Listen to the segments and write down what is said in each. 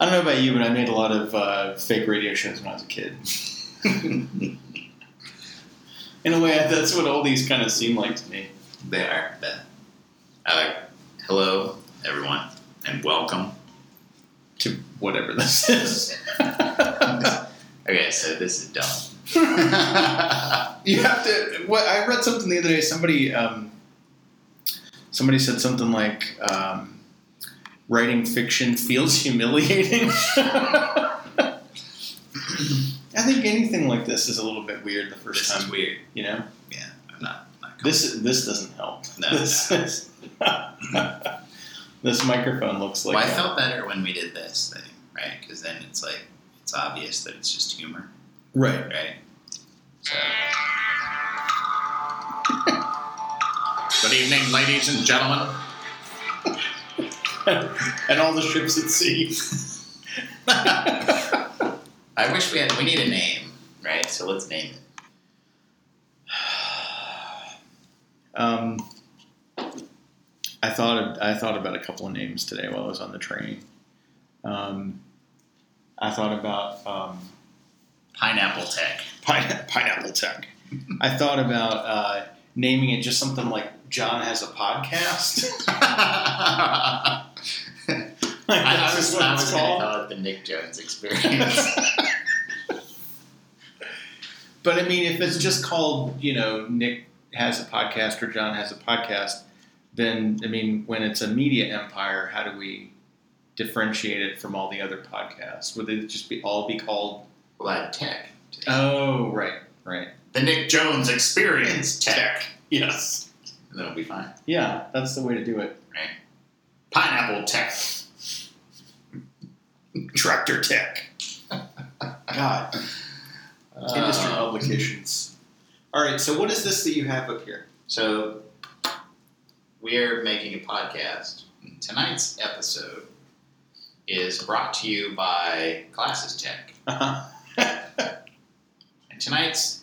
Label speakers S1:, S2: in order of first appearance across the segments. S1: I don't know about you, but I made a lot of uh, fake radio shows when I was a kid. In a way, that's what all these kind of seem like to me.
S2: They are. Bad. Uh, hello, everyone, and welcome.
S1: To whatever this is.
S2: Okay, so this is dumb.
S1: you have to. What I read something the other day. Somebody, um, somebody said something like, um, "Writing fiction feels humiliating." I think anything like this is a little bit weird the first
S2: this
S1: time.
S2: is weird.
S1: You know,
S2: Yeah, I'm not. not comfortable.
S1: this this doesn't help.
S2: No,
S1: this,
S2: no.
S1: is- this microphone looks like.
S2: well, I
S1: a-
S2: felt better when we did this thing, right? Because then it's like it's obvious that it's just humor,
S1: right.
S2: right? So. Good evening, ladies and gentlemen.
S1: and all the ships at sea.
S2: I wish we had. We need a name, right? So let's name it.
S1: Um, I thought I thought about a couple of names today while I was on the train. Um, I thought about um,
S2: Pineapple Tech.
S1: pine- pineapple tech. I thought about uh, naming it just something like John has a podcast.
S2: I,
S1: like
S2: I
S1: that's
S2: was,
S1: just what
S2: I
S1: it's
S2: was going to
S1: called.
S2: call it the Nick Jones Experience.
S1: But I mean, if it's just called, you know, Nick has a podcast or John has a podcast, then I mean, when it's a media empire, how do we differentiate it from all the other podcasts? Would it just be all be called?
S2: Vlad Tech.
S1: Oh, right, right.
S2: Uh, The Nick Jones Experience Tech.
S1: Yes.
S2: That'll be fine.
S1: Yeah, that's the way to do it.
S2: Pineapple Tech.
S1: Tractor Tech. God, industry
S2: Uh,
S1: publications. All right, so what is this that you have up here?
S2: So we're making a podcast. Tonight's episode is brought to you by Classes Tech.
S1: Uh-huh.
S2: And tonight's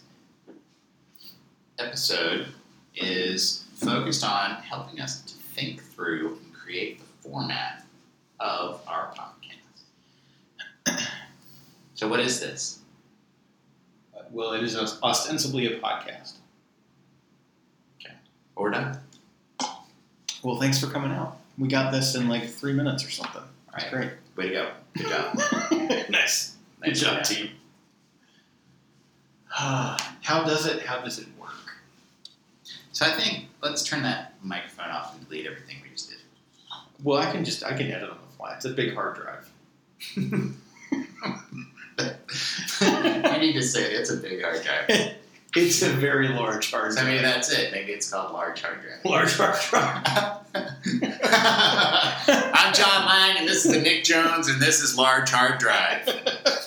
S2: episode is focused on helping us to think through and create the format of our podcast. So what is this?
S1: Well, it is ostensibly a podcast.
S2: Orda?
S1: Well, thanks for coming out. We got this in like three minutes or something. That's
S2: All
S1: great.
S2: right. Way to go. Good job.
S1: nice. Good
S2: Nice
S1: job, team. how does it? How does it work?
S2: So I think let's turn that microphone off and delete everything we just did.
S1: Well, I can just I can edit on the fly. It's a big hard drive.
S2: you need to say it's a big hard drive.
S1: It's a very large hard
S2: So maybe that's it. Maybe it's called large hard drive.
S1: Large hard drive.
S2: I'm John Lang, and this is the Nick Jones, and this is large hard drive.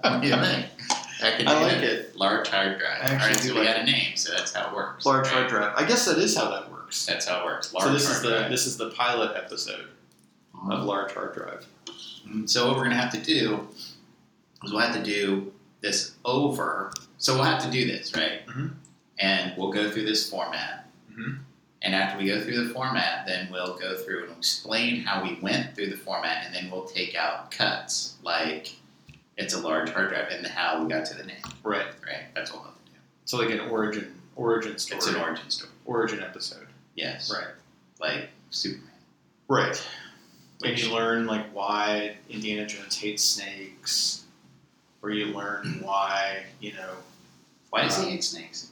S2: What do you think? Oh, That could
S1: I
S2: be
S1: like it.
S2: Large hard drive.
S1: I actually
S2: All right,
S1: do
S2: so we
S1: like
S2: got a name, so that's how it works.
S1: Large
S2: All
S1: hard
S2: right,
S1: drive. I guess that is how that works.
S2: That's how it works. Large
S1: so this
S2: hard
S1: is the
S2: drive.
S1: this is the pilot episode of large hard drive.
S2: Mm-hmm. So what we're gonna have to do is we'll have to do this over. So we'll have to do this, right?
S1: Mhm.
S2: And we'll go through this format.
S1: Mhm.
S2: And after we go through the format, then we'll go through and explain how we went through the format, and then we'll take out cuts like it's a large hard drive and how we got to the name,
S1: Right.
S2: right? That's what we'll have to do.
S1: So like an origin origin story.
S2: It's an origin story.
S1: origin episode.
S2: Yes.
S1: Right.
S2: Like Superman.
S1: Right. And you learn like why Indiana Jones hates snakes, or you learn why you know
S2: Why does
S1: Uh,
S2: he hate snakes?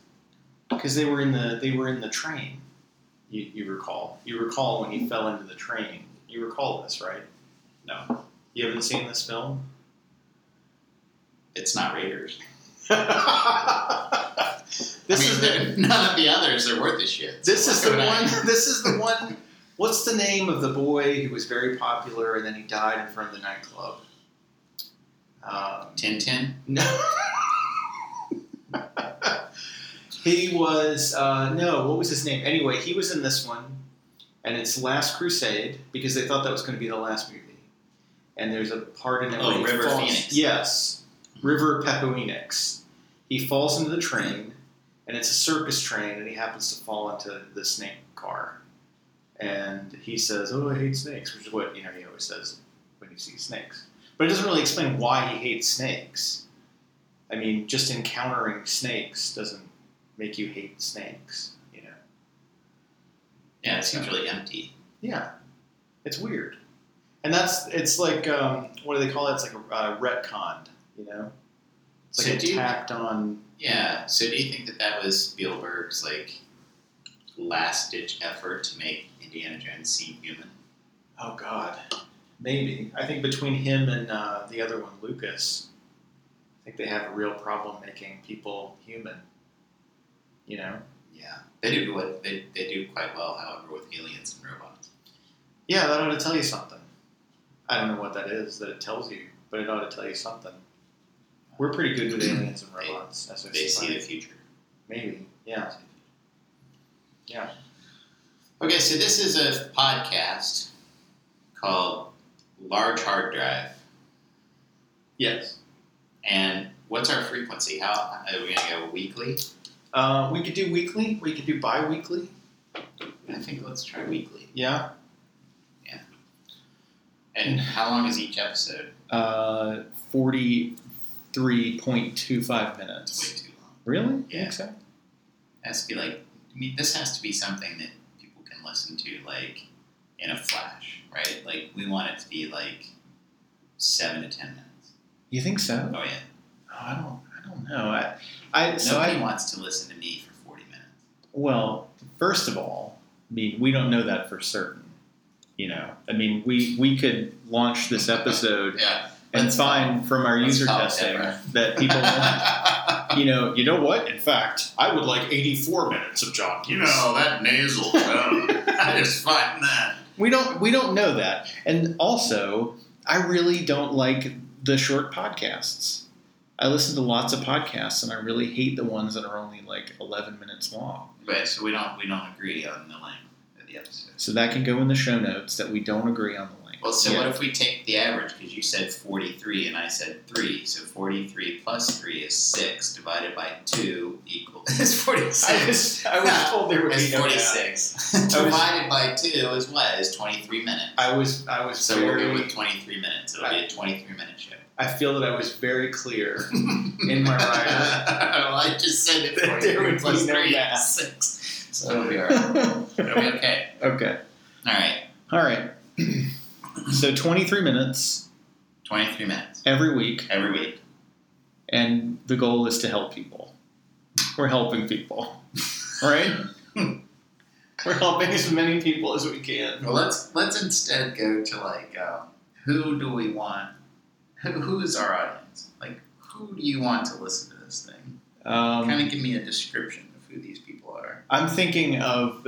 S1: because they were in the they were in the train. You, you recall you recall when he fell into the train. You recall this, right? No, you haven't seen this film.
S2: It's not Raiders.
S1: this
S2: I mean,
S1: is the
S2: none of the others are worth a shit. so
S1: this is
S2: why
S1: the
S2: would I-
S1: one. This is the one. What's the name of the boy who was very popular and then he died in front of the nightclub? Um,
S2: Tintin.
S1: No. he was uh, no. What was his name? Anyway, he was in this one, and it's Last Crusade because they thought that was going to be the last movie. And there's a part in it
S2: Oh,
S1: where he
S2: River
S1: falls-
S2: Phoenix.
S1: Yes, River Pepoenix. He falls into the train, and it's a circus train, and he happens to fall into the snake car. And he says, "Oh, I hate snakes," which is what you know he always says when
S3: because he snakes. But it doesn't really explain why he hates snakes. I mean, just encountering snakes doesn't make you hate snakes, you know?
S2: Yeah, it seems really empty.
S3: Yeah, it's weird. And that's, it's like, um, what do they call it? It's like a uh, retconned, you know? It's
S2: So
S3: like
S2: do
S3: a
S2: you-
S3: tacked on.
S2: Yeah. So do you think that that was Spielberg's like last ditch effort to make Indiana Jones seem human?
S3: Oh, God. Maybe. I think between him and uh, the other one, Lucas, I think they have a real problem making people human, you know?
S2: Yeah. They do what they, they do quite well, however, with aliens and robots.
S3: Yeah, that ought to tell you something. I don't know what that is that it tells you, but it ought to tell you something. We're pretty good with aliens and robots as a
S2: They see the
S3: society.
S2: future.
S3: Maybe, yeah. Yeah.
S2: Okay, so this is a podcast called Large Hard Drive.
S3: Yes.
S2: And what's our frequency? How are we gonna go weekly?
S3: Uh, we could do weekly. We could do bi-weekly.
S2: I think let's try weekly.
S3: Yeah.
S2: And how long is each episode?
S1: Uh, forty-three point two five
S2: It's
S1: minutes.
S2: way too long.
S1: Really?
S2: Yeah.
S1: Think so?
S2: It has to be like I mean, this has to be something that people can listen to like in a flash, right? Like we want it to be like seven to ten minutes.
S1: You think so?
S2: Oh yeah.
S1: Oh, I don't. I don't know. I. I so
S2: Nobody
S1: I.
S2: wants to listen to me for forty minutes.
S1: Well, first of all, I mean, we don't know that for certain. You know, I mean, we we could launch this episode
S2: Yeah.
S1: and
S2: Let's-
S1: find from our
S2: let's
S1: user
S2: call it
S1: testing
S2: Deborah.
S1: that people, you know, you know what? In fact,
S3: I would like 84 minutes of John Hughes.
S2: Oh, that nasal tone. I just find that.
S1: we don't we don't know that. And also, I really don't like the short podcasts. I listen to lots of podcasts, and I really hate the ones that are only like eleven minutes long.
S2: Right, so we don't we don't agree on the length of the episode.
S1: So that can go in the show notes that we don't agree on the length.
S2: Well, so
S1: Yeah.
S2: what if we take the average? Because you said 43 and I said 3. So 43 plus 3 is 6 divided by 2 equals is 46.
S3: I was, I was told there would be
S2: Is
S3: no
S2: 46.
S3: I was-
S2: divided by 2 is what? Is 23 minutes.
S3: I was, I was
S2: So we'll
S3: very,
S2: go with 23 minutes. It'll be a 23 minute show.
S3: I feel that I was very clear in my write-up.
S2: well, I just said it
S3: There
S2: 43
S3: would
S2: plus
S3: be no
S2: 3
S3: math.
S2: is 6. So it'll be alright. It'll be okay.
S1: okay.
S2: Alright,
S1: All right. so twenty three minutes
S2: 23 minutes
S1: every week,
S2: every week.
S1: and the goal is to help people. We're helping people, right?
S3: We're helping as many people as we can.
S2: Well, let's let's instead go to like um, who do we want? Who, who is our audience? Like who do you want to listen to this thing?
S1: Um,
S2: kind of give me a description of who these people are.
S1: I'm thinking of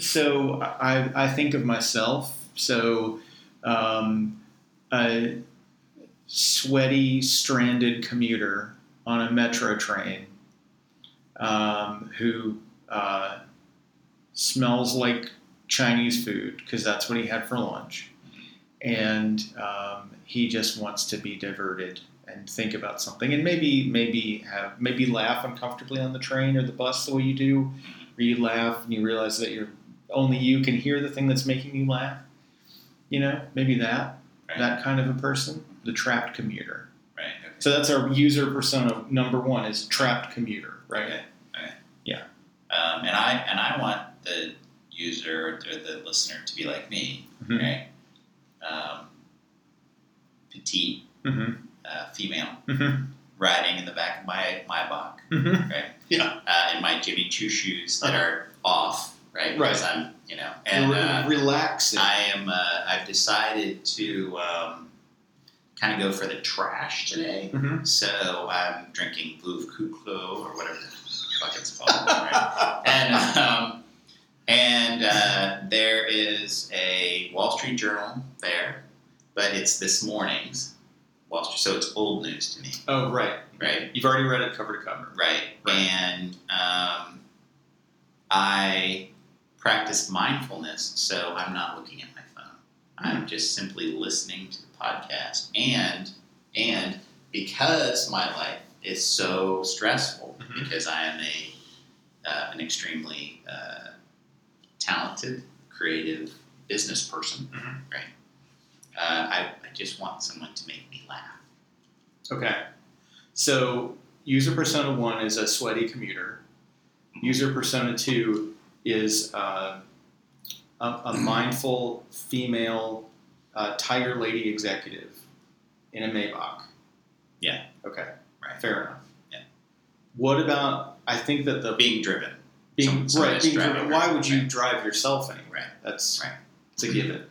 S1: so I I think of myself so um, a sweaty stranded commuter on a metro train um, who uh, smells like Chinese food because that's what he had for lunch and um, he just wants to be diverted and think about something and maybe maybe have maybe laugh uncomfortably on the train or the bus the way you do where you laugh and you realize that you're only you can hear the thing that's making you laugh you know maybe that
S2: Right.
S1: that kind of a person the trapped commuter
S2: Right.
S1: so that's our user persona number one is trapped commuter right
S2: Okay. Okay.
S1: Yeah.
S2: Um, and I and I want the user or the listener to be like me,
S1: Mhm.
S2: right? Um, petite,
S1: mm-hmm.
S2: uh, female,
S1: Mhm.
S2: riding in the back of my my box.
S1: Mm-hmm.
S2: uh, in my Jimmy Choo shoes that are off, right?
S1: Right.
S2: Because I'm, you know, and uh,
S3: relaxing.
S2: I am. Uh, I've decided to um, kind of go for the trash today.
S1: Mhm.
S2: So I'm drinking Blue Kuklo or whatever the fuck it's called, right? and um, and uh, there is a Wall Street Journal there, but it's this morning's Wall Street, so it's old news to me,
S3: oh, right.
S2: right?
S3: You've already read it cover to cover.
S2: Right.
S3: Right.
S2: And um, I practice mindfulness, so I'm not looking at my phone. I'm just simply listening to the podcast. And and because my life is so stressful,
S3: Mhm.
S2: because I am a uh, an extremely uh, talented, creative business person,
S3: Mhm.
S2: right? Uh, I, just want someone to make me laugh.
S1: Okay. So user persona one is a sweaty commuter. User persona two is uh, a, a mindful female uh, tiger lady executive in a Maybach.
S2: Yeah.
S1: Okay.
S2: Right.
S1: Fair enough.
S2: Yeah.
S1: What about? I think that the
S2: Being driven.
S1: being
S2: some-
S1: right.
S2: somebody's
S1: Being
S2: driving
S1: driven,
S2: around,
S1: why would you
S2: right.
S1: drive yourself anywhere?
S2: Right.
S1: That's
S2: Right.
S1: It's a given.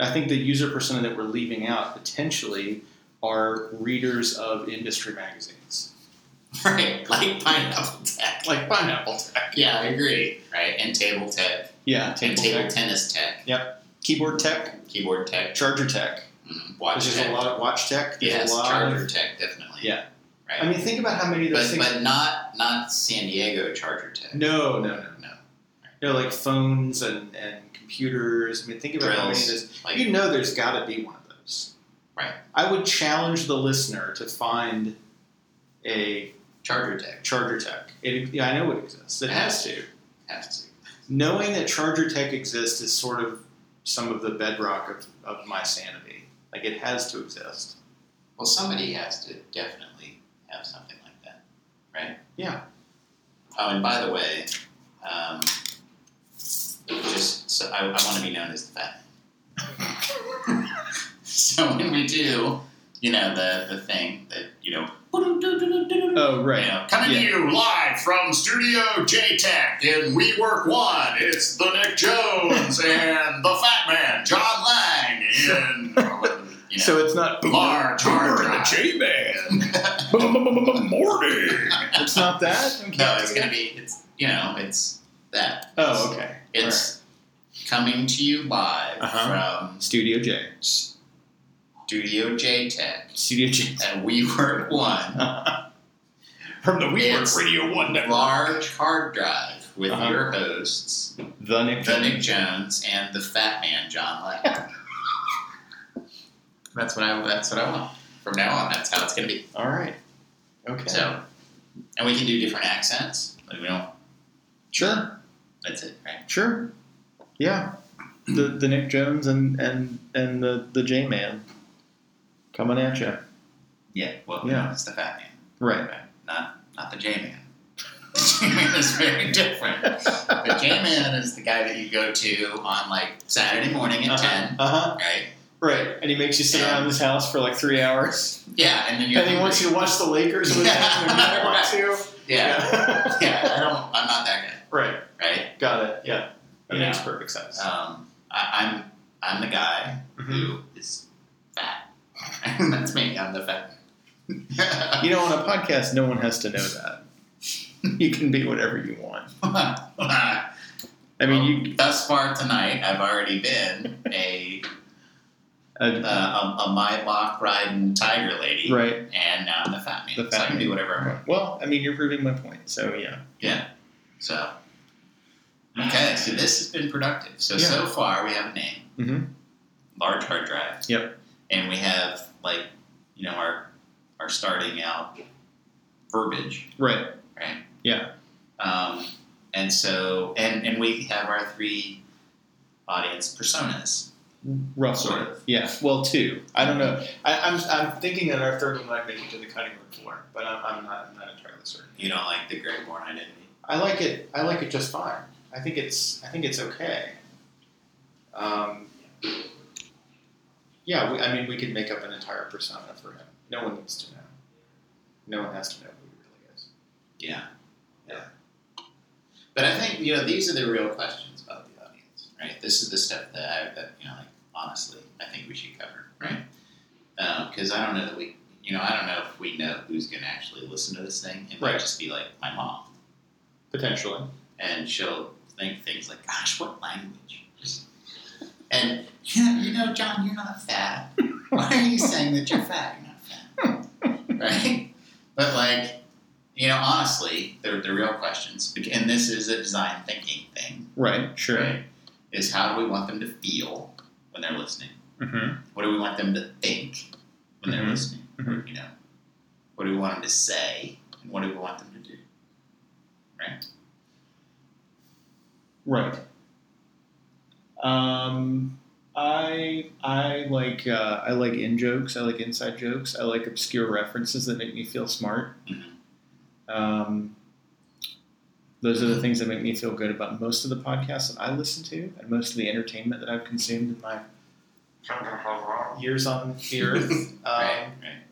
S1: I think the user persona that we're leaving out potentially are readers of industry magazines,
S2: Right. Like pineapple tech.
S1: like Pineapple Tech.
S2: Yeah, I agree. Right. And table tech.
S1: Yeah,
S2: and
S1: table
S2: table
S1: tech,
S2: tennis tech.
S1: keyboard tech,
S2: Keyboard tech.
S1: charger tech.
S2: Mm, watch
S1: There's just
S2: tech.
S1: a lot of watch tech. There's
S2: yes,
S1: a lot
S2: charger
S1: Of,
S2: tech, definitely.
S1: Yeah.
S2: Right.
S1: I mean, think about how many of those
S2: but,
S1: things.
S2: but not not San Diego charger tech.
S1: no, no, no,
S2: No.
S1: no. Like phones and, and computers. I mean, think about how many of
S2: Drills.
S1: those
S2: Like
S1: you know there's got to be one of those.
S2: Right.
S1: I would challenge the listener to find a
S2: charger tech
S1: Charger Tech. It, yeah, I know it exists. It has to.
S2: has to.
S1: Knowing that Charger Tech exists is sort of some of the bedrock of, of my sanity. Like, it has to exist.
S2: Well, somebody has to definitely have something like that, right?
S1: Yeah.
S2: Oh, and by the way, um, just so I, I want to be known as the fat. man. so when we do, you know, the the thing that you know.
S1: Oh,
S2: You know, coming to you live from Studio J Tech in We Work One. It's the Nick Jones and the Fat Man, John Lang, in you know,
S1: So it's not
S2: large hard drive.
S4: J-Man. Morty.
S1: It's not that? Okay.
S2: No, it's gonna be it's you know it's that
S1: Oh, okay.
S2: it's coming to you live
S1: Uh-huh.
S2: from
S1: Studio J.
S2: Studio J Tech
S1: Studio J.
S2: and We Work One
S4: From the We Work
S2: It's-
S4: Radio 1 Network.
S2: large hard drive with
S1: Uh-huh.
S2: your hosts
S1: The Nick
S2: the Nick Jones and the Fat Man John Lang. that's what I that's what I want from now on. That's how it's gonna be.
S1: All right. Okay.
S2: So, and we can do different accents. Like we don't.
S1: sure.
S2: That's it, right?
S1: Sure. Yeah. The the Nick Jones and and and the the J Man coming at you.
S2: Yeah. Well,
S1: Yeah.
S2: it's the Fat Man.
S1: Right.
S2: Not not the J Man. J Man is very different. The J Man is the guy that you go to on like Saturday morning at
S1: Uh-huh.
S2: ten,
S1: Uh-huh.
S2: right?
S1: Right. And he makes you sit around his house for like three hours.
S2: Yeah, and then you're
S1: And he wants you to watch the Lakers with him and you don't want to.
S2: Yeah,
S1: Yeah.
S2: yeah. I don't. I'm not that
S1: right.
S2: guy, right?
S1: Got it. Yeah. Uh, That
S2: Yeah.
S1: makes perfect sense.
S2: Um, I, I'm I'm the guy
S1: Mm-hmm.
S2: who is fat. That's me. I'm the fat. man.
S1: You know, on a podcast, no one has to know that. You can be whatever you want. I mean, you
S2: Thus far tonight, I've already been a uh,
S1: uh,
S2: a, a Mylock riding tiger lady.
S1: right.
S2: and now I'm the fat man.
S1: The
S2: so
S1: fat
S2: I can do
S1: man.
S2: whatever I want.
S1: Well, I mean, you're proving my point. So yeah.
S2: So okay, so this has been productive. So
S1: Yeah.
S2: so far we have a name,
S1: Mhm.
S2: large hard drive.
S1: Yep.
S2: and we have like you know our our starting out verbiage,
S1: Right.
S2: right?
S1: Yeah.
S2: Um, and so and and we have our three audience personas.
S1: Roughly.
S2: Sort of.
S1: Yeah. Well, two. I don't know. I, I'm, I'm thinking that our third one might make it to the cutting room floor, but I'm, I'm not I'm not entirely certain.
S2: You don't like the Greg Bourne identity.
S1: I like it. I like it just fine. I think it's I think it's okay. Um, yeah. We, I mean, we could make up an entire persona for him. No one needs to know. No one has to know who he really is.
S2: Yeah. Yeah. But I think, you know, these are the real questions about the audience, right? This is the stuff that I, that, you know, like, honestly, I think we should cover, right? Because I don't know that we, you know, I don't know if we know who's going to actually listen to this thing. It might
S1: Right.
S2: just be like my mom,
S1: Potentially.
S2: and she'll think things like, gosh, what language? And, yeah, you know, John, you're not fat. Why are you saying that you're fat? You're not fat. Right? But, like, you know, honestly, the, the real questions, and this is a design thinking thing,
S1: Right. Sure.
S2: right? Is how do we want them to feel when they're listening?
S1: Mm-hmm.
S2: What do we want them to think when they're
S1: Mhm.
S2: listening?
S1: Mhm.
S2: You know, what do we want them to say, and what do we want them to do?
S1: Right. Um, I I like uh, I like in jokes. I like inside jokes. I like obscure references that make me feel smart.
S2: Mhm.
S1: Um, those are the things that make me feel good about most of the podcasts that I listen to, and most of the entertainment that I've consumed in my years on the earth. Um,
S2: right, right.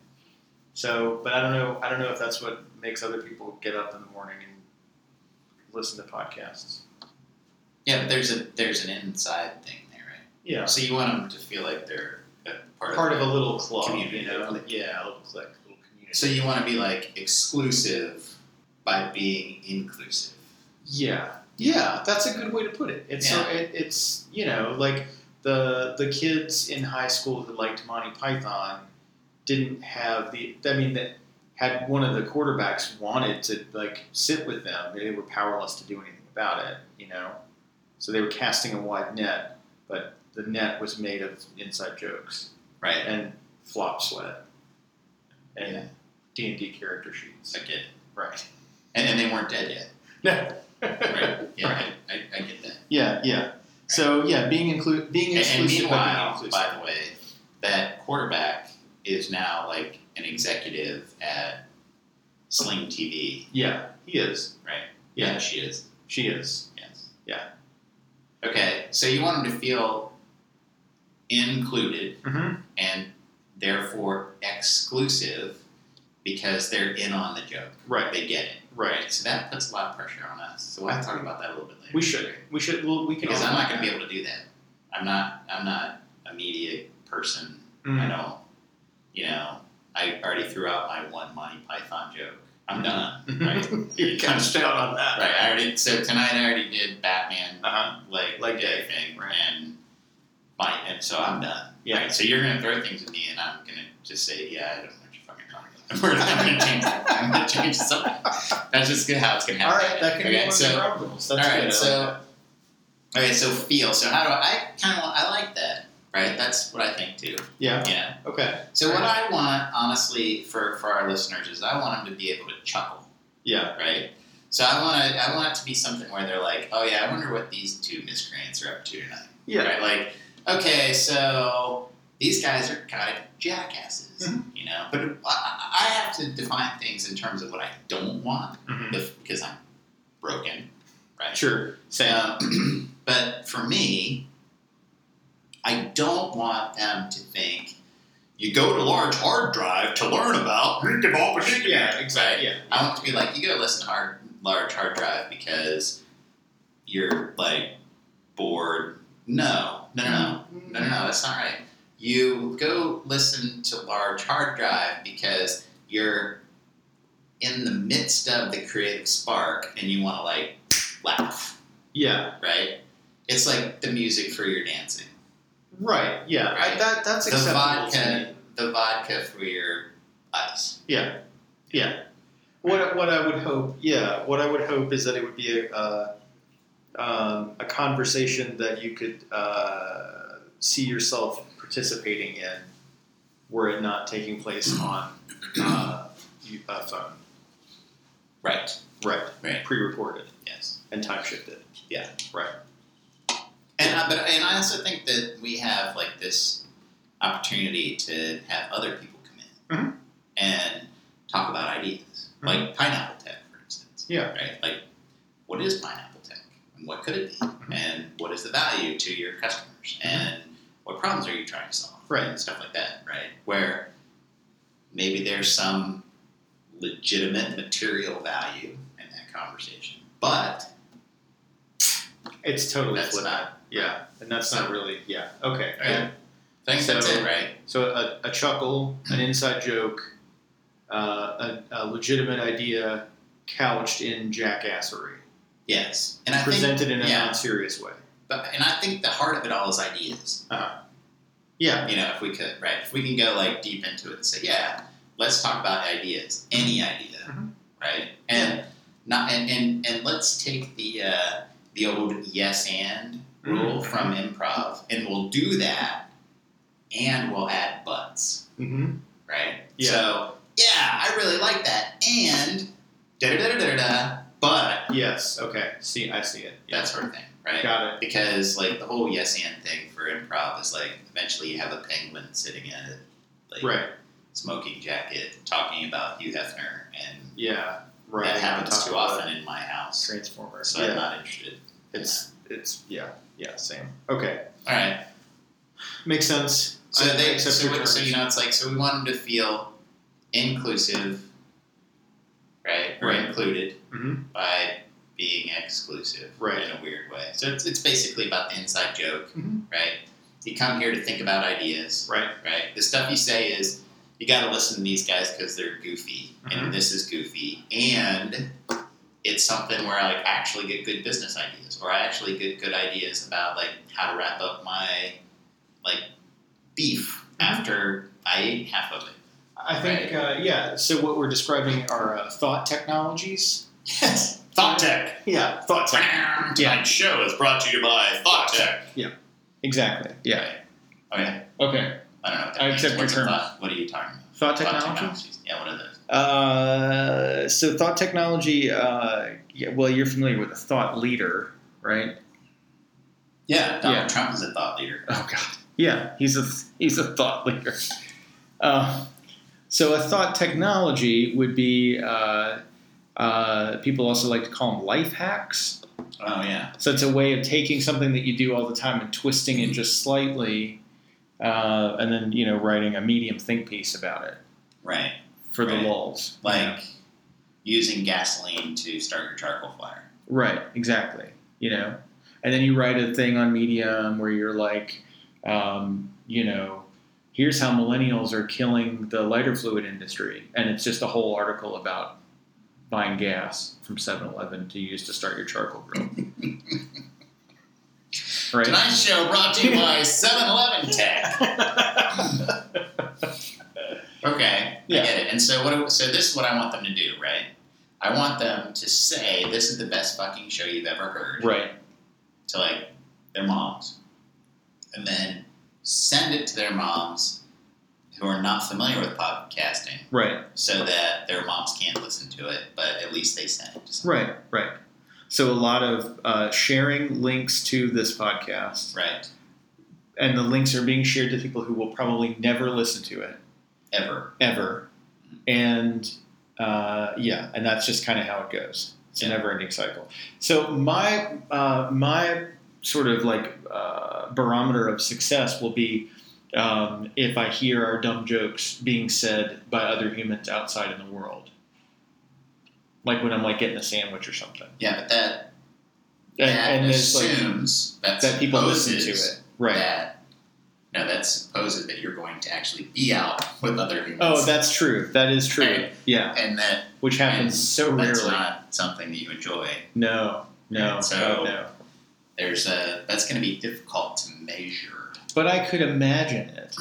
S1: So, but I don't know. I don't know if that's what makes other people get up in the morning and listen to podcasts.
S2: Yeah, but there's a there's an inside thing there, right?
S1: Yeah,
S2: So you want them to feel like they're a part,
S1: part
S2: of,
S1: of a
S2: it.
S1: little club,
S2: Community.
S1: you know? like- yeah, a little clique, a little community.
S2: So you want to be like exclusive by being inclusive.
S1: Yeah, yeah, that's a good way to put it. It's
S2: Yeah.
S1: it, it's you know like the the kids in high school who liked Monty Python didn't have the I mean that had one of the quarterbacks wanted to like sit with them, they were powerless to do anything about it. You know, so they were casting a wide net, but the net was made of inside jokes
S2: Right.
S1: and flop sweat
S2: Yeah.
S1: and D and D character sheets.
S2: I get it.
S1: Right.
S2: And then they weren't dead yet.
S1: No.
S2: Right. Yeah, I, I, I get that.
S1: Yeah, yeah. So yeah, being include being
S2: And, and
S1: exclusive. but being
S2: meanwhile,
S1: inclusive.
S2: by the way, that quarterback is now like an executive at Sling TV,
S1: yeah, he is.
S2: right?
S1: Yeah.
S2: And she is.
S1: She is.
S2: Yes.
S1: Yeah.
S2: Okay, so you want them to feel included
S1: Mm-hmm.
S2: and therefore exclusive because they're in on the joke.
S1: Right.
S2: They get it.
S1: Right.
S2: So that puts a lot of pressure on us. So we'll talk about that a little bit later.
S1: We should. We should. Well, we can.
S2: because
S1: all
S2: I'm not going to be able to do that. I'm not. I'm not a media person. I
S1: Mm.
S2: don't. You know, I already threw out my one Monty Python joke. I'm done. Right.
S1: You're cashed out on that.
S2: Right. I already. So tonight I already did Batman
S1: Uh huh.
S2: like
S1: Leg
S2: day
S1: day,
S2: thing,
S1: right.
S2: and fine. And so I'm done.
S1: Yeah.
S2: Right, so you're going to throw things at me, and I'm going to just say, yeah, I don't know what you're fucking talking about. We're not going to change. it. I'm going to change something. That's just gonna- how it's going to
S1: All
S2: happen.
S1: right. That can be
S2: okay,
S1: one
S2: so,
S1: of the ground rules. That's
S2: all right,
S1: good.
S2: so Okay, so feel. So how do I? I kind of I like that, right? That's what I think too.
S1: yeah.
S2: Yeah.
S1: Okay.
S2: So what I want, honestly, for for our listeners is I want them to be able to chuckle,
S1: Yeah.
S2: right? So I want to I want it to be something where they're like, oh yeah, I wonder what these two miscreants are up to tonight,
S1: Yeah.
S2: right? Like, okay, so these guys are kind of jackasses, you know. But I- I, I have to define things in terms of what I don't want
S1: Mhm.
S2: if, because I'm broken, right?
S1: Sure. Same.
S2: Um, but for me, I don't want them to think you go to large hard drive to learn about.
S1: yeah. Exactly. Yeah.
S2: I want it to be like you go to listen to hard, large hard drive because you're like bored. No, no, no, no, no, no, no. That's not right. You go listen to large hard drive because you're in the midst of the creative spark and you want to like laugh
S1: Yeah.
S2: right? It's like the music for your dancing,
S1: Right. Yeah. I,
S2: Right.
S1: that that's
S2: the
S1: acceptable to me.
S2: vodka, the vodka for your ice.
S1: Yeah, yeah. What what I would hope, yeah, what I would hope is that it would be a uh, um, a conversation that you could uh, see yourself participating in, were it not taking
S2: Mm-hmm.
S1: place on uh, you- a phone,
S2: Right.
S1: right?
S2: Right.
S1: Pre-recorded
S2: Yes.
S1: and time shifted.
S2: And I, but and I also think that we have like this opportunity to have other people come in
S1: Mm-hmm.
S2: and talk about ideas,
S1: Mhm.
S2: like pineapple tech, for instance.
S1: Yeah.
S2: Right. Like, what is pineapple tech, and what could it be,
S1: Mm-hmm.
S2: and what is the value to your customers, and what problems are you trying to solve,
S1: Right.
S2: and stuff like that, right? Where maybe there's some legitimate material value in that conversation, but
S1: It's totally
S2: that's
S1: flippant.
S2: not.
S1: Yeah, and that's not really. Yeah. Okay.
S2: Right. I think that's
S1: So-
S2: it, right?
S1: So a, a chuckle, an inside joke, uh, a, a legitimate idea couched in jackassery.
S2: Yes, and I think
S1: presented in a
S2: yeah.
S1: non-serious way.
S2: But, and I think the heart of it all is ideas.
S1: Yeah,
S2: You know, if we could, right? If we can go like deep into it and say, yeah, let's talk about ideas, any idea,
S1: Mhm.
S2: right? And not and, and and let's take the uh, the old yes and
S1: Mm-hmm.
S2: rule from improv, and we'll do that, and we'll add buts,
S1: mm-hmm.
S2: right?
S1: Yeah.
S2: So yeah, I really like that, and da da da da da, but
S1: yes, okay. See, I see it. Yeah.
S2: that sort of thing, right?
S1: Got it.
S2: Because like the whole yes and thing for improv is like eventually you have a penguin sitting at it, like
S1: Right.
S2: smoking jacket, talking about Hugh Hefner, and
S1: Yeah. Right.
S2: that happens
S1: Talk
S2: too
S1: about
S2: often in my house,
S1: Transformer.
S2: so
S1: yeah.
S2: I'm not interested.
S1: It's it's yeah yeah same. Okay,
S2: All right,
S1: makes sense.
S2: so
S1: I
S2: they
S1: accept
S2: so,
S1: your
S2: what- so
S1: terms.
S2: you know it's like so we want them to feel inclusive, right, or
S1: Right.
S2: included
S1: Mhm.
S2: by being exclusive,
S1: Right.
S2: in a weird way. So it's it's basically about the inside joke,
S1: Mhm.
S2: right? You come here to think about ideas.
S1: Right.
S2: right? The stuff you say is you got to listen to these guys because they're goofy,
S1: Mhm.
S2: and this is goofy, and it's something where I like actually get good business ideas, or I actually get good ideas about like how to wrap up my like beef after I ate half of it.
S1: I think uh, yeah. So what we're describing are uh, thought technologies.
S2: Yes, Thought Tech.
S1: Yeah, thought tech.
S2: Bam! Tonight's show is brought to you by Thought Tech.
S1: Exactly. Yeah.
S2: Right. Oh yeah,
S1: Okay.
S2: I don't know. What that
S1: I
S2: means.
S1: accept your
S2: What's a
S1: term.
S2: Thought? What are you talking about?
S1: Thought
S2: Thought
S1: technologies.
S2: technologies. Yeah, one of those.
S1: Uh, so thought technology. Uh, yeah, well, you're familiar with a thought leader, right?
S2: Yeah, Donald
S1: Yeah.
S2: Trump is a thought leader.
S1: Oh God, yeah, he's a he's a thought leader. Uh, so a thought technology would be uh, uh, people also like to call them life hacks.
S2: Oh yeah.
S1: So it's a way of taking something that you do all the time and twisting it just slightly, uh, and then you know writing a medium think piece about it
S2: Right.
S1: for
S2: Right.
S1: the lulls.
S2: Like
S1: Yeah.
S2: using gasoline to start your charcoal fire.
S1: right, exactly. You know, and then you write a thing on Medium where you're like, um, you know, here's how millennials are killing the lighter fluid industry, and it's just a whole article about buying gas from 7-Eleven to use to start your charcoal grill. right.
S2: Tonight's show brought to you by 7 Eleven Tech. Okay,
S1: Yeah.
S2: I get it. And so, what? do- so this is what I want them to do, right? I want them to say, "This is the best fucking show you've ever heard,"
S1: Right.
S2: to like their moms, and then send it to their moms who are not familiar with podcasting,
S1: Right.
S2: so that their moms can't listen to it, but at least they send it to someone.
S1: Right. Right. So a lot of uh, sharing links to this podcast,
S2: Right.
S1: and the links are being shared to people who will probably never listen to it.
S2: Ever.
S1: ever. And uh, yeah, and that's just kind of how it goes. It's a
S2: Yeah.
S1: never-ending cycle. So my uh, my sort of like uh, barometer of success will be um, if I hear our dumb jokes being said by other humans outside in the world, like when I'm like getting a sandwich or something,
S2: Yeah, but that
S1: and,
S2: that
S1: and it's like
S2: assumes that,
S1: that people listen to
S2: supposes
S1: it, right?
S2: That, no, that supposes that you're going to actually be out with other humans.
S1: Oh, that's true. That is true.
S2: Right.
S1: Yeah,
S2: and that
S1: which
S2: and
S1: happens so
S2: that's
S1: rarely.
S2: not something that you enjoy.
S1: No, no,
S2: Right, so-
S1: God, no.
S2: There's a that's going to be difficult to measure.
S1: But I could imagine it.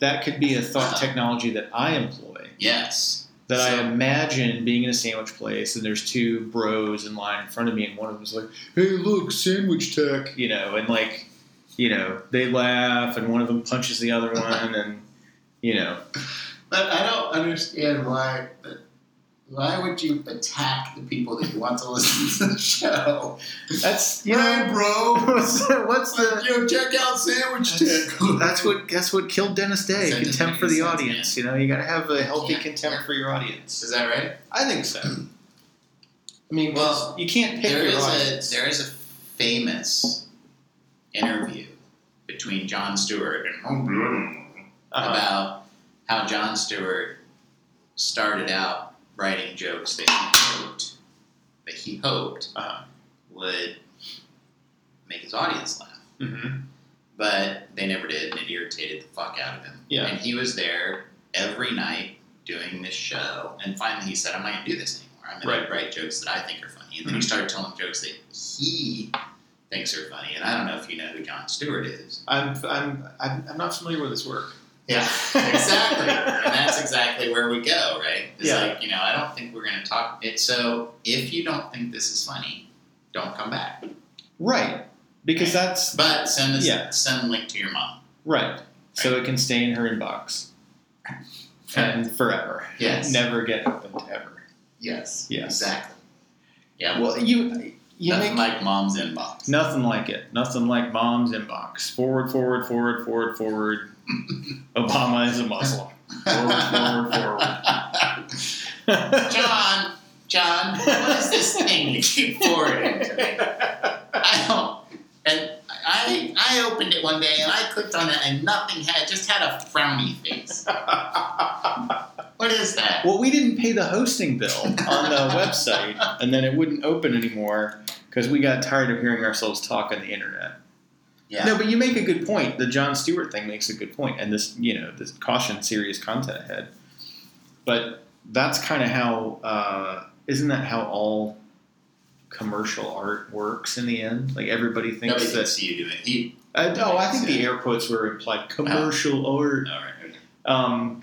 S1: That could be a thought
S2: Uh-huh.
S1: technology that I employ.
S2: Yes,
S1: That
S2: So-
S1: I imagine being in a sandwich place and there's two bros in line in front of me, and one of them's like, "Hey, look, sandwich tech," you know, and like, you know, they laugh, and one of them punches the other one, and you know,
S2: but I don't understand why. Why would you attack the people that you want to listen to the show?
S1: that's you know,
S2: bro.
S1: what's the- what's the
S2: Yo, check out Sandwich
S1: that's what that's what killed Dennis Day.
S2: That doesn't
S1: Contempt
S2: make
S1: for the
S2: sense,
S1: audience. You know, you got to have a healthy
S2: Yeah.
S1: contempt for your audience.
S2: Is that right?
S1: I think so. I mean,
S2: Well,
S1: you can't pick
S2: There
S1: your
S2: is
S1: audience.
S2: a there is a famous interview between John Stewart and
S1: Uh-huh.
S2: about how John Stewart started out writing jokes that he hoped that he hoped
S1: Uh-huh.
S2: would make his audience laugh.
S1: Mm-hmm.
S2: But they never did and it irritated the fuck out of him.
S1: Yeah.
S2: And he was there every night doing this show and finally he said, I'm not gonna do this anymore. I'm gonna write jokes that I think are funny. And then
S1: Mm-hmm.
S2: he started telling jokes that he thinks are funny. And I don't know if you know who John Stewart is.
S1: I'm, I'm, I'm, I'm not familiar with his work.
S2: Yeah. exactly. and that's exactly where we go, right? It's
S1: Yeah.
S2: like, you know, I don't think we're gonna talk it so if you don't think this is funny, don't come back.
S1: Right. Because that's
S2: But send us
S1: Yeah.
S2: send a link to your mom.
S1: right. So it can stay in her inbox and forever.
S2: Yes.
S1: Never get opened ever.
S2: Yes.
S1: Yes.
S2: Exactly. Yeah.
S1: Well, you
S3: you
S2: Nothing
S3: make
S2: like mom's inbox.
S1: Nothing like it. Nothing like mom's inbox. Forward, forward, forward, forward, forward. Obama is a Muslim. Forward, forward, forward.
S2: John, John, what is this thing you keep forwarding to me? I don't. And I, I opened it one day and I clicked on it and nothing had, it just had a frowny face. what is that?
S1: well, we didn't pay the hosting bill on the website, and then it wouldn't open anymore because we got tired of hearing ourselves talk on the internet.
S2: Yeah.
S1: No, but you make a good point. The John Stewart thing makes a good point, and this, you know, this caution serious content ahead. But that's kind of how, uh, isn't that how all commercial art works in the end? Like everybody
S2: Nobody
S1: thinks
S2: can
S1: that.
S2: see you doing it. He,
S1: Uh, no, I think the air quotes were implied. Commercial art
S2: all right, okay.
S1: um,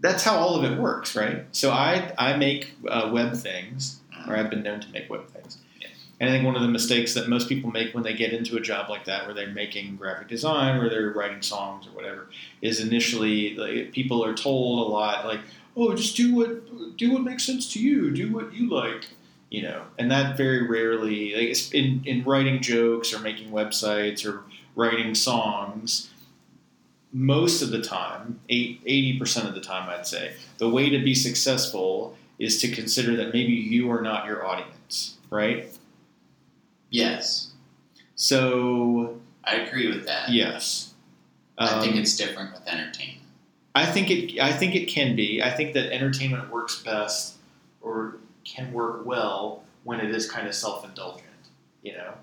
S1: that's how all of it works, right? So I I make uh, web things, or I've been known to make web things.
S2: Yeah.
S1: And I think one of the mistakes that most people make when they get into a job like that, where they're making graphic design or they're writing songs or whatever, is initially like, people are told a lot like, "Oh, just do what do what makes sense to you, do what you like," you know. And that very rarely, like it's in in writing jokes or making websites or writing songs, most of the time, eight- 80% of the time, I'd say, the way to be successful is to consider that maybe you are not your audience, right?
S2: Yes,
S1: So,
S2: I agree with that.
S1: yes.
S2: I think
S1: Um,
S2: it's different with entertainment.
S1: I think it. I think it can be. I think that entertainment works best, or can work well, when it is kind of self-indulgent. You know,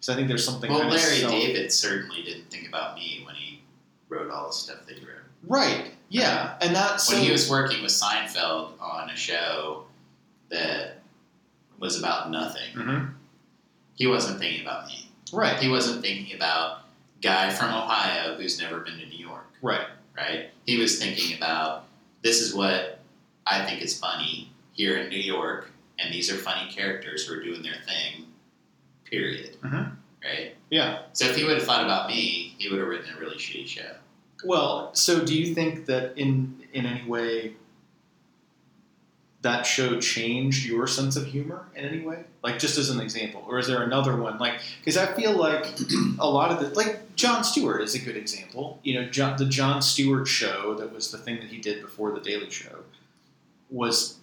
S1: so I think there's something.
S2: Well,
S1: kind of
S2: Larry
S1: self-
S2: David certainly didn't think about me when he wrote all the stuff that he wrote.
S1: Right. Yeah, and that. So
S2: when he was working with Seinfeld on a show that was about nothing,
S1: Mhm.
S2: he wasn't thinking about me.
S1: right.
S2: He wasn't thinking about guy from Ohio who's never been to New York,
S1: Right.
S2: right? He was thinking about this is what I think is funny here in New York, and these are funny characters who are doing their thing. Period.
S1: Mhm.
S2: Right.
S1: Yeah.
S2: So if he would have thought about me, he would have written a really shitty show.
S1: Well, so do you think that in in any way that show changed your sense of humor in any way? Like just as an example, or is there another one? Like because I feel like a lot of the like John Stewart is a good example. You know, John, the John Stewart show that was the thing that he did before the Daily Show was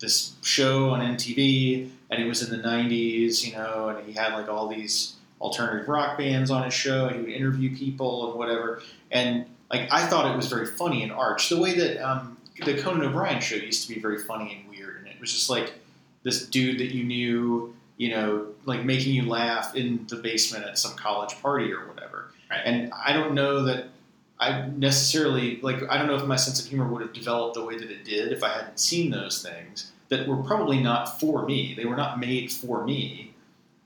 S1: this show on MTV, and it was in the '90s. You know, and he had like all these alternative rock bands on his show. And he would interview people and whatever. And like I thought it was very funny and arch, the way that um, the Conan O'Brien show used to be very funny and weird, and it was just like this dude that you knew, you know, like making you laugh in the basement at some college party or whatever.
S2: Right.
S1: And I don't know that I necessarily like I don't know if my sense of humor would have developed the way that it did if I hadn't seen those things that were probably not for me. They were not made for me,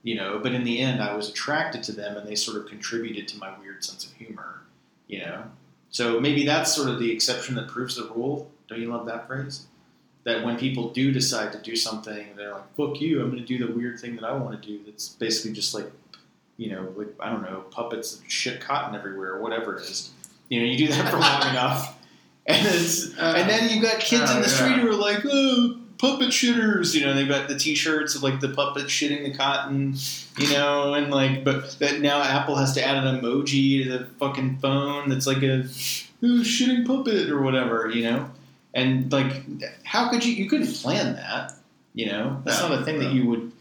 S1: you know, but in the end I was attracted to them and they sort of contributed to my weird sense of humor, you know. So maybe that's sort of the exception that proves the rule. Don't you love that phrase? That when people do decide to do something, they're like, "Fuck you! I'm going to do the weird thing that I want to do." That's basically just like, you know, like I don't know, puppets of shit cotton everywhere or whatever it is. You know, you do that for long enough, and it's and then you got kids in the
S2: Uh, Oh, yeah.
S1: street who are like, "Oh, puppet shitters!" You know, they've got the T-shirts of like the puppet shitting the cotton, you know, and like, but that now Apple has to add an emoji to the fucking phone that's like a "Ooh, shitting puppet or whatever, you know. And like, how could you? You couldn't plan that, you know. That's
S2: No,
S1: not a thing
S2: no.
S1: that you would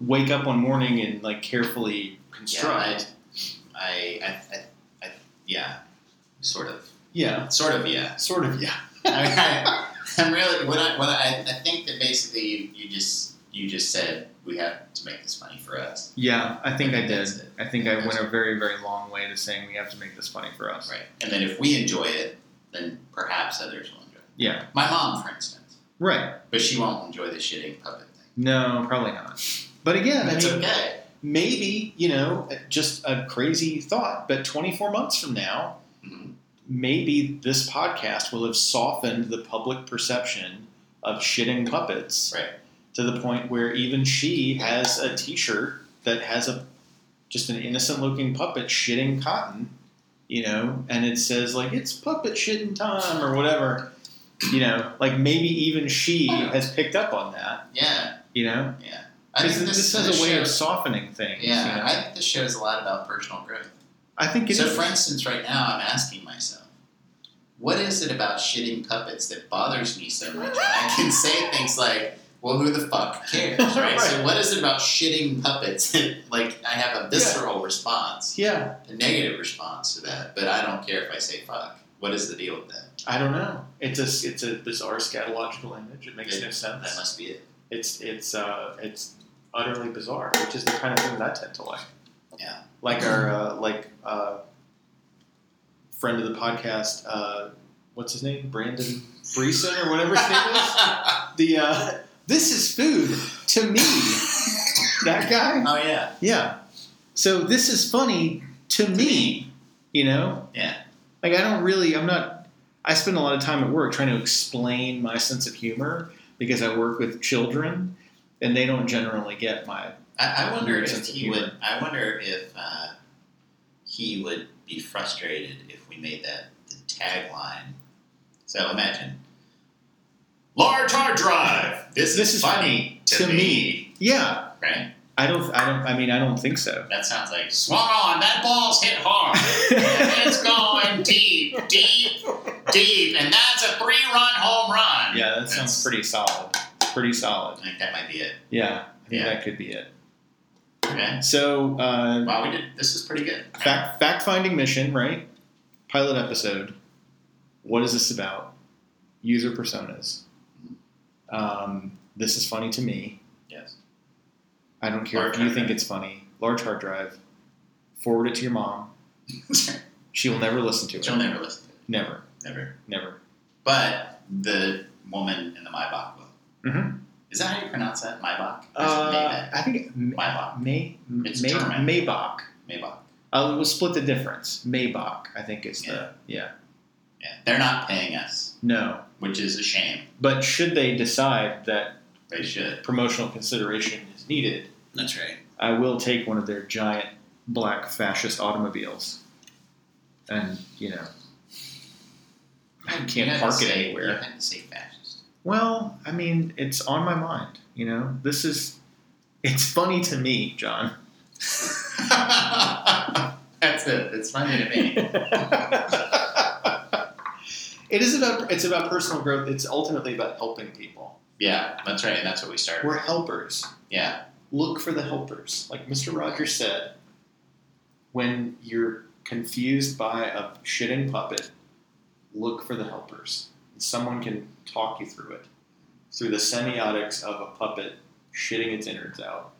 S1: wake up one morning and like carefully construct.
S2: Yeah, I, I, I, I, I, yeah, sort of,
S1: Yeah,
S2: sort of, yeah.
S1: sort of. Yeah,
S2: I mean, I, am really when I when I, I think that basically you, you just you just said we have to make this funny for us.
S1: yeah. I think I did.
S2: That's it.
S1: I think I went a very, very long way to saying we have to make this funny for us.
S2: right? And then if we enjoy it, then perhaps others will enjoy. it.
S1: Yeah.
S2: My mom, for instance,
S1: Right.
S2: but she won't enjoy the shitting puppet thing.
S1: No, probably not. But again, I
S2: That's
S1: mean,
S2: okay.
S1: maybe you know, just a crazy thought. But 24 months from now,
S2: Mhm.
S1: maybe this podcast will have softened the public perception of shitting puppets
S2: Right.
S1: to the point where even she has a t-shirt that has a just an innocent looking puppet shitting cotton you know and it says like it's puppet shitting time or whatever you know like maybe even she has picked up on that
S2: Yeah,
S1: you know
S2: yeah. Oh. I think
S1: Because this,
S2: this,
S1: has a way of
S2: shows-
S1: softening things.
S2: yeah,
S1: you know?
S2: I think this shows a lot about personal growth.
S1: I, think it
S2: so,
S1: is-
S2: for instance, right now I'm asking myself, what is it about shitting puppets that bothers me so much? And I can say things like, well, who the fuck cares, right? So, what is it about shitting puppets? like, I have a visceral response,
S1: yeah,
S2: a negative response to that, but I don't care if I say fuck. What is the deal with that?
S1: I don't know. It's a it's a bizarre scatological image. It makes
S2: It-
S1: no
S2: That
S1: sense.
S2: must be it.
S1: It's it's uh, it's utterly bizarre, which is the kind of thing that I tend to like.
S2: Yeah.
S1: Like our uh, like uh, friend of the podcast, uh, what's his name, Brandon Breeson or whatever his name is.
S2: oh,
S1: The uh, this is food to me. that guy.
S2: yeah.
S1: Yeah. So this is funny to me, you know?
S2: Yeah.
S1: Like I don't really I'm not I spend a lot of time at work trying to explain my sense of humor because I work with children and they don't generally get my
S2: I, I wonder
S1: Weird
S2: if
S1: sense of
S2: he
S1: humor.
S2: would. I wonder if uh, he would be frustrated if we made that the tagline. So imagine large hard drive. This,
S1: This is
S2: funny
S1: to Yeah.
S2: Right?
S1: I don't I don't I mean I don't think so.
S2: That sounds like swung on. That ball's hit hard. and it's going deep, deep, deep, and that's a three-run home run.
S1: yeah, that sounds
S2: That's-
S1: pretty solid. Pretty solid.
S2: I think that might be it.
S1: Yeah. I think
S2: Yeah.
S1: that could be it.
S2: Okay.
S1: So uh,
S2: Wow, we did. This is pretty good.
S1: fact fact finding mission, right? Pilot episode. What is this about? User personas. Um, this is funny to me.
S2: Yes.
S1: I don't care
S2: Large
S1: if you
S2: hard
S1: think
S2: drive.
S1: it's funny. Large hard drive. Forward it to your mom. She will never listen to it.
S2: She'll never listen to
S1: Never.
S2: it. Never.
S1: Never.
S2: But the woman in the Maybach will.
S1: Mhm.
S2: Is that how you pronounce that? Maybach? Or is
S1: Uh, I think it-
S2: it Maybach?
S1: May May,
S2: It's
S1: May
S2: German.
S1: Maybach.
S2: Maybach. Maybach.
S1: Uh, we'll split the difference. Maybach, I think is the yeah.
S2: Yeah. They're not paying us,
S1: No,
S2: which is a shame.
S1: but should they decide that
S2: They should.
S1: promotional consideration is needed,
S2: That's right.
S1: I will take one of their giant black fascist automobiles. And, you know, I
S2: You
S1: can't
S2: had
S1: park
S2: to
S1: it
S2: say- You
S1: anywhere.
S2: had to say fascist.
S1: Well, I mean, it's on my mind, you know? This is, it's funny to me, John.
S2: That's it. It's funny to me.
S1: It is about, it's about personal growth. It's ultimately about helping people.
S2: Yeah, that's right. That's what we started.
S1: We're helpers.
S2: Yeah.
S1: Look for the helpers. Like Mr. Rogers said, when you're confused by a shitting puppet, look for the helpers. Someone can talk you through it, through the semiotics of a puppet shitting its innards out.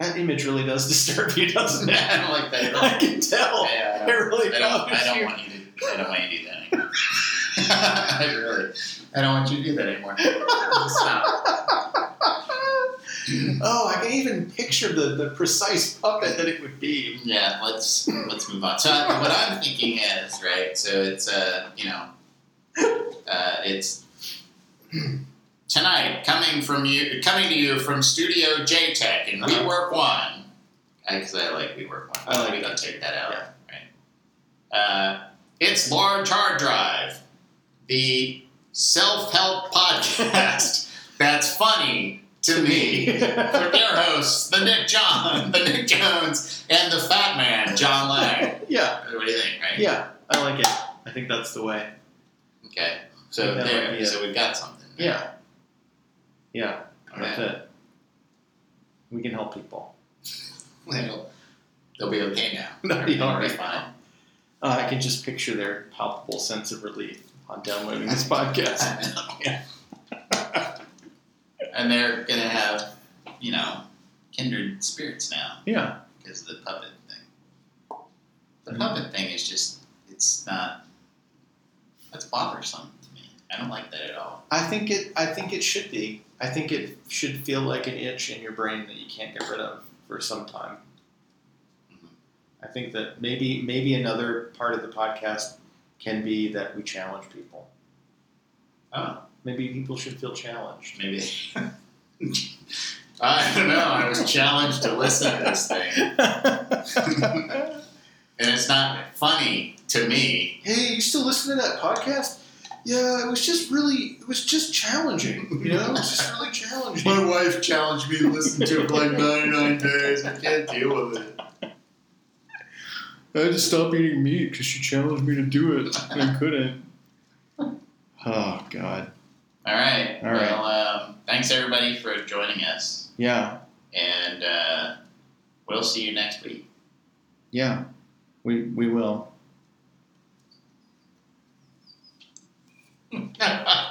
S1: That image really does disturb you,
S2: I
S1: doesn't it?
S2: don't like that. at all.
S1: I can tell.
S2: Yeah, I
S1: It
S2: don't-
S1: really
S2: I don't,
S1: bothers
S2: I don't
S1: you.
S2: want you to. I don't want you to do that anymore. I really. I don't want you to do that anymore. Just stop.
S1: Oh, I can even picture the, the precise puppet that it would be.
S2: Yeah, let's let's move on. So I- what I'm thinking is right. So it's uh you know, uh, it's tonight coming from you coming to you from Studio J Tech and
S1: Uh-huh.
S2: We Work One. Because I like We Work One.
S1: I like
S2: we
S1: that.
S2: don't take that out. Right. Uh, it's large hard drive. The self help podcast. That's funny to me from your hosts, the Nick John, the Nick Jones, and the Fat Man, John Lang.
S1: yeah,
S2: What do you think, right?
S1: yeah, I like it. I think that's the way.
S2: Okay. So
S1: That
S2: there,
S1: might be
S2: so we've got something. there.
S1: Yeah. Yeah, that's
S2: Okay.
S1: it. We can help people.
S2: They'll, they'll be okay now.
S1: They'll be all right.
S2: fine.
S1: Uh, I can just picture their palpable sense of relief on downloading this podcast.
S2: Yeah. and they're gonna have, you know, kindred spirits now
S1: Yeah,
S2: because of the puppet thing. The
S1: Mhm.
S2: puppet thing is just, it's not. That's bothersome to me. I don't like that at all.
S1: I think it. I think it should be. I think it should feel like an itch in your brain that you can't get rid of for some time.
S2: Mhm.
S1: I think that maybe maybe another part of the podcast can be that we challenge people.
S2: Oh.
S1: Maybe people should feel challenged.
S2: Maybe. I don't know. I was challenged to listen to this thing,
S1: hey,
S2: and it's not funny to me.
S1: you still listen to that podcast? yeah, it was just really, it was just challenging. You know, it was just really challenging.
S4: My wife challenged me to listen to it for like 99 days. I can't deal with it.
S1: I had to stop eating meat because she challenged me to do it, and I couldn't. Oh God,
S2: All right.
S1: All right.
S2: well, um, thanks everybody for joining us,
S1: yeah,
S2: and uh, we'll see you next week.
S1: yeah, we we will.
S2: All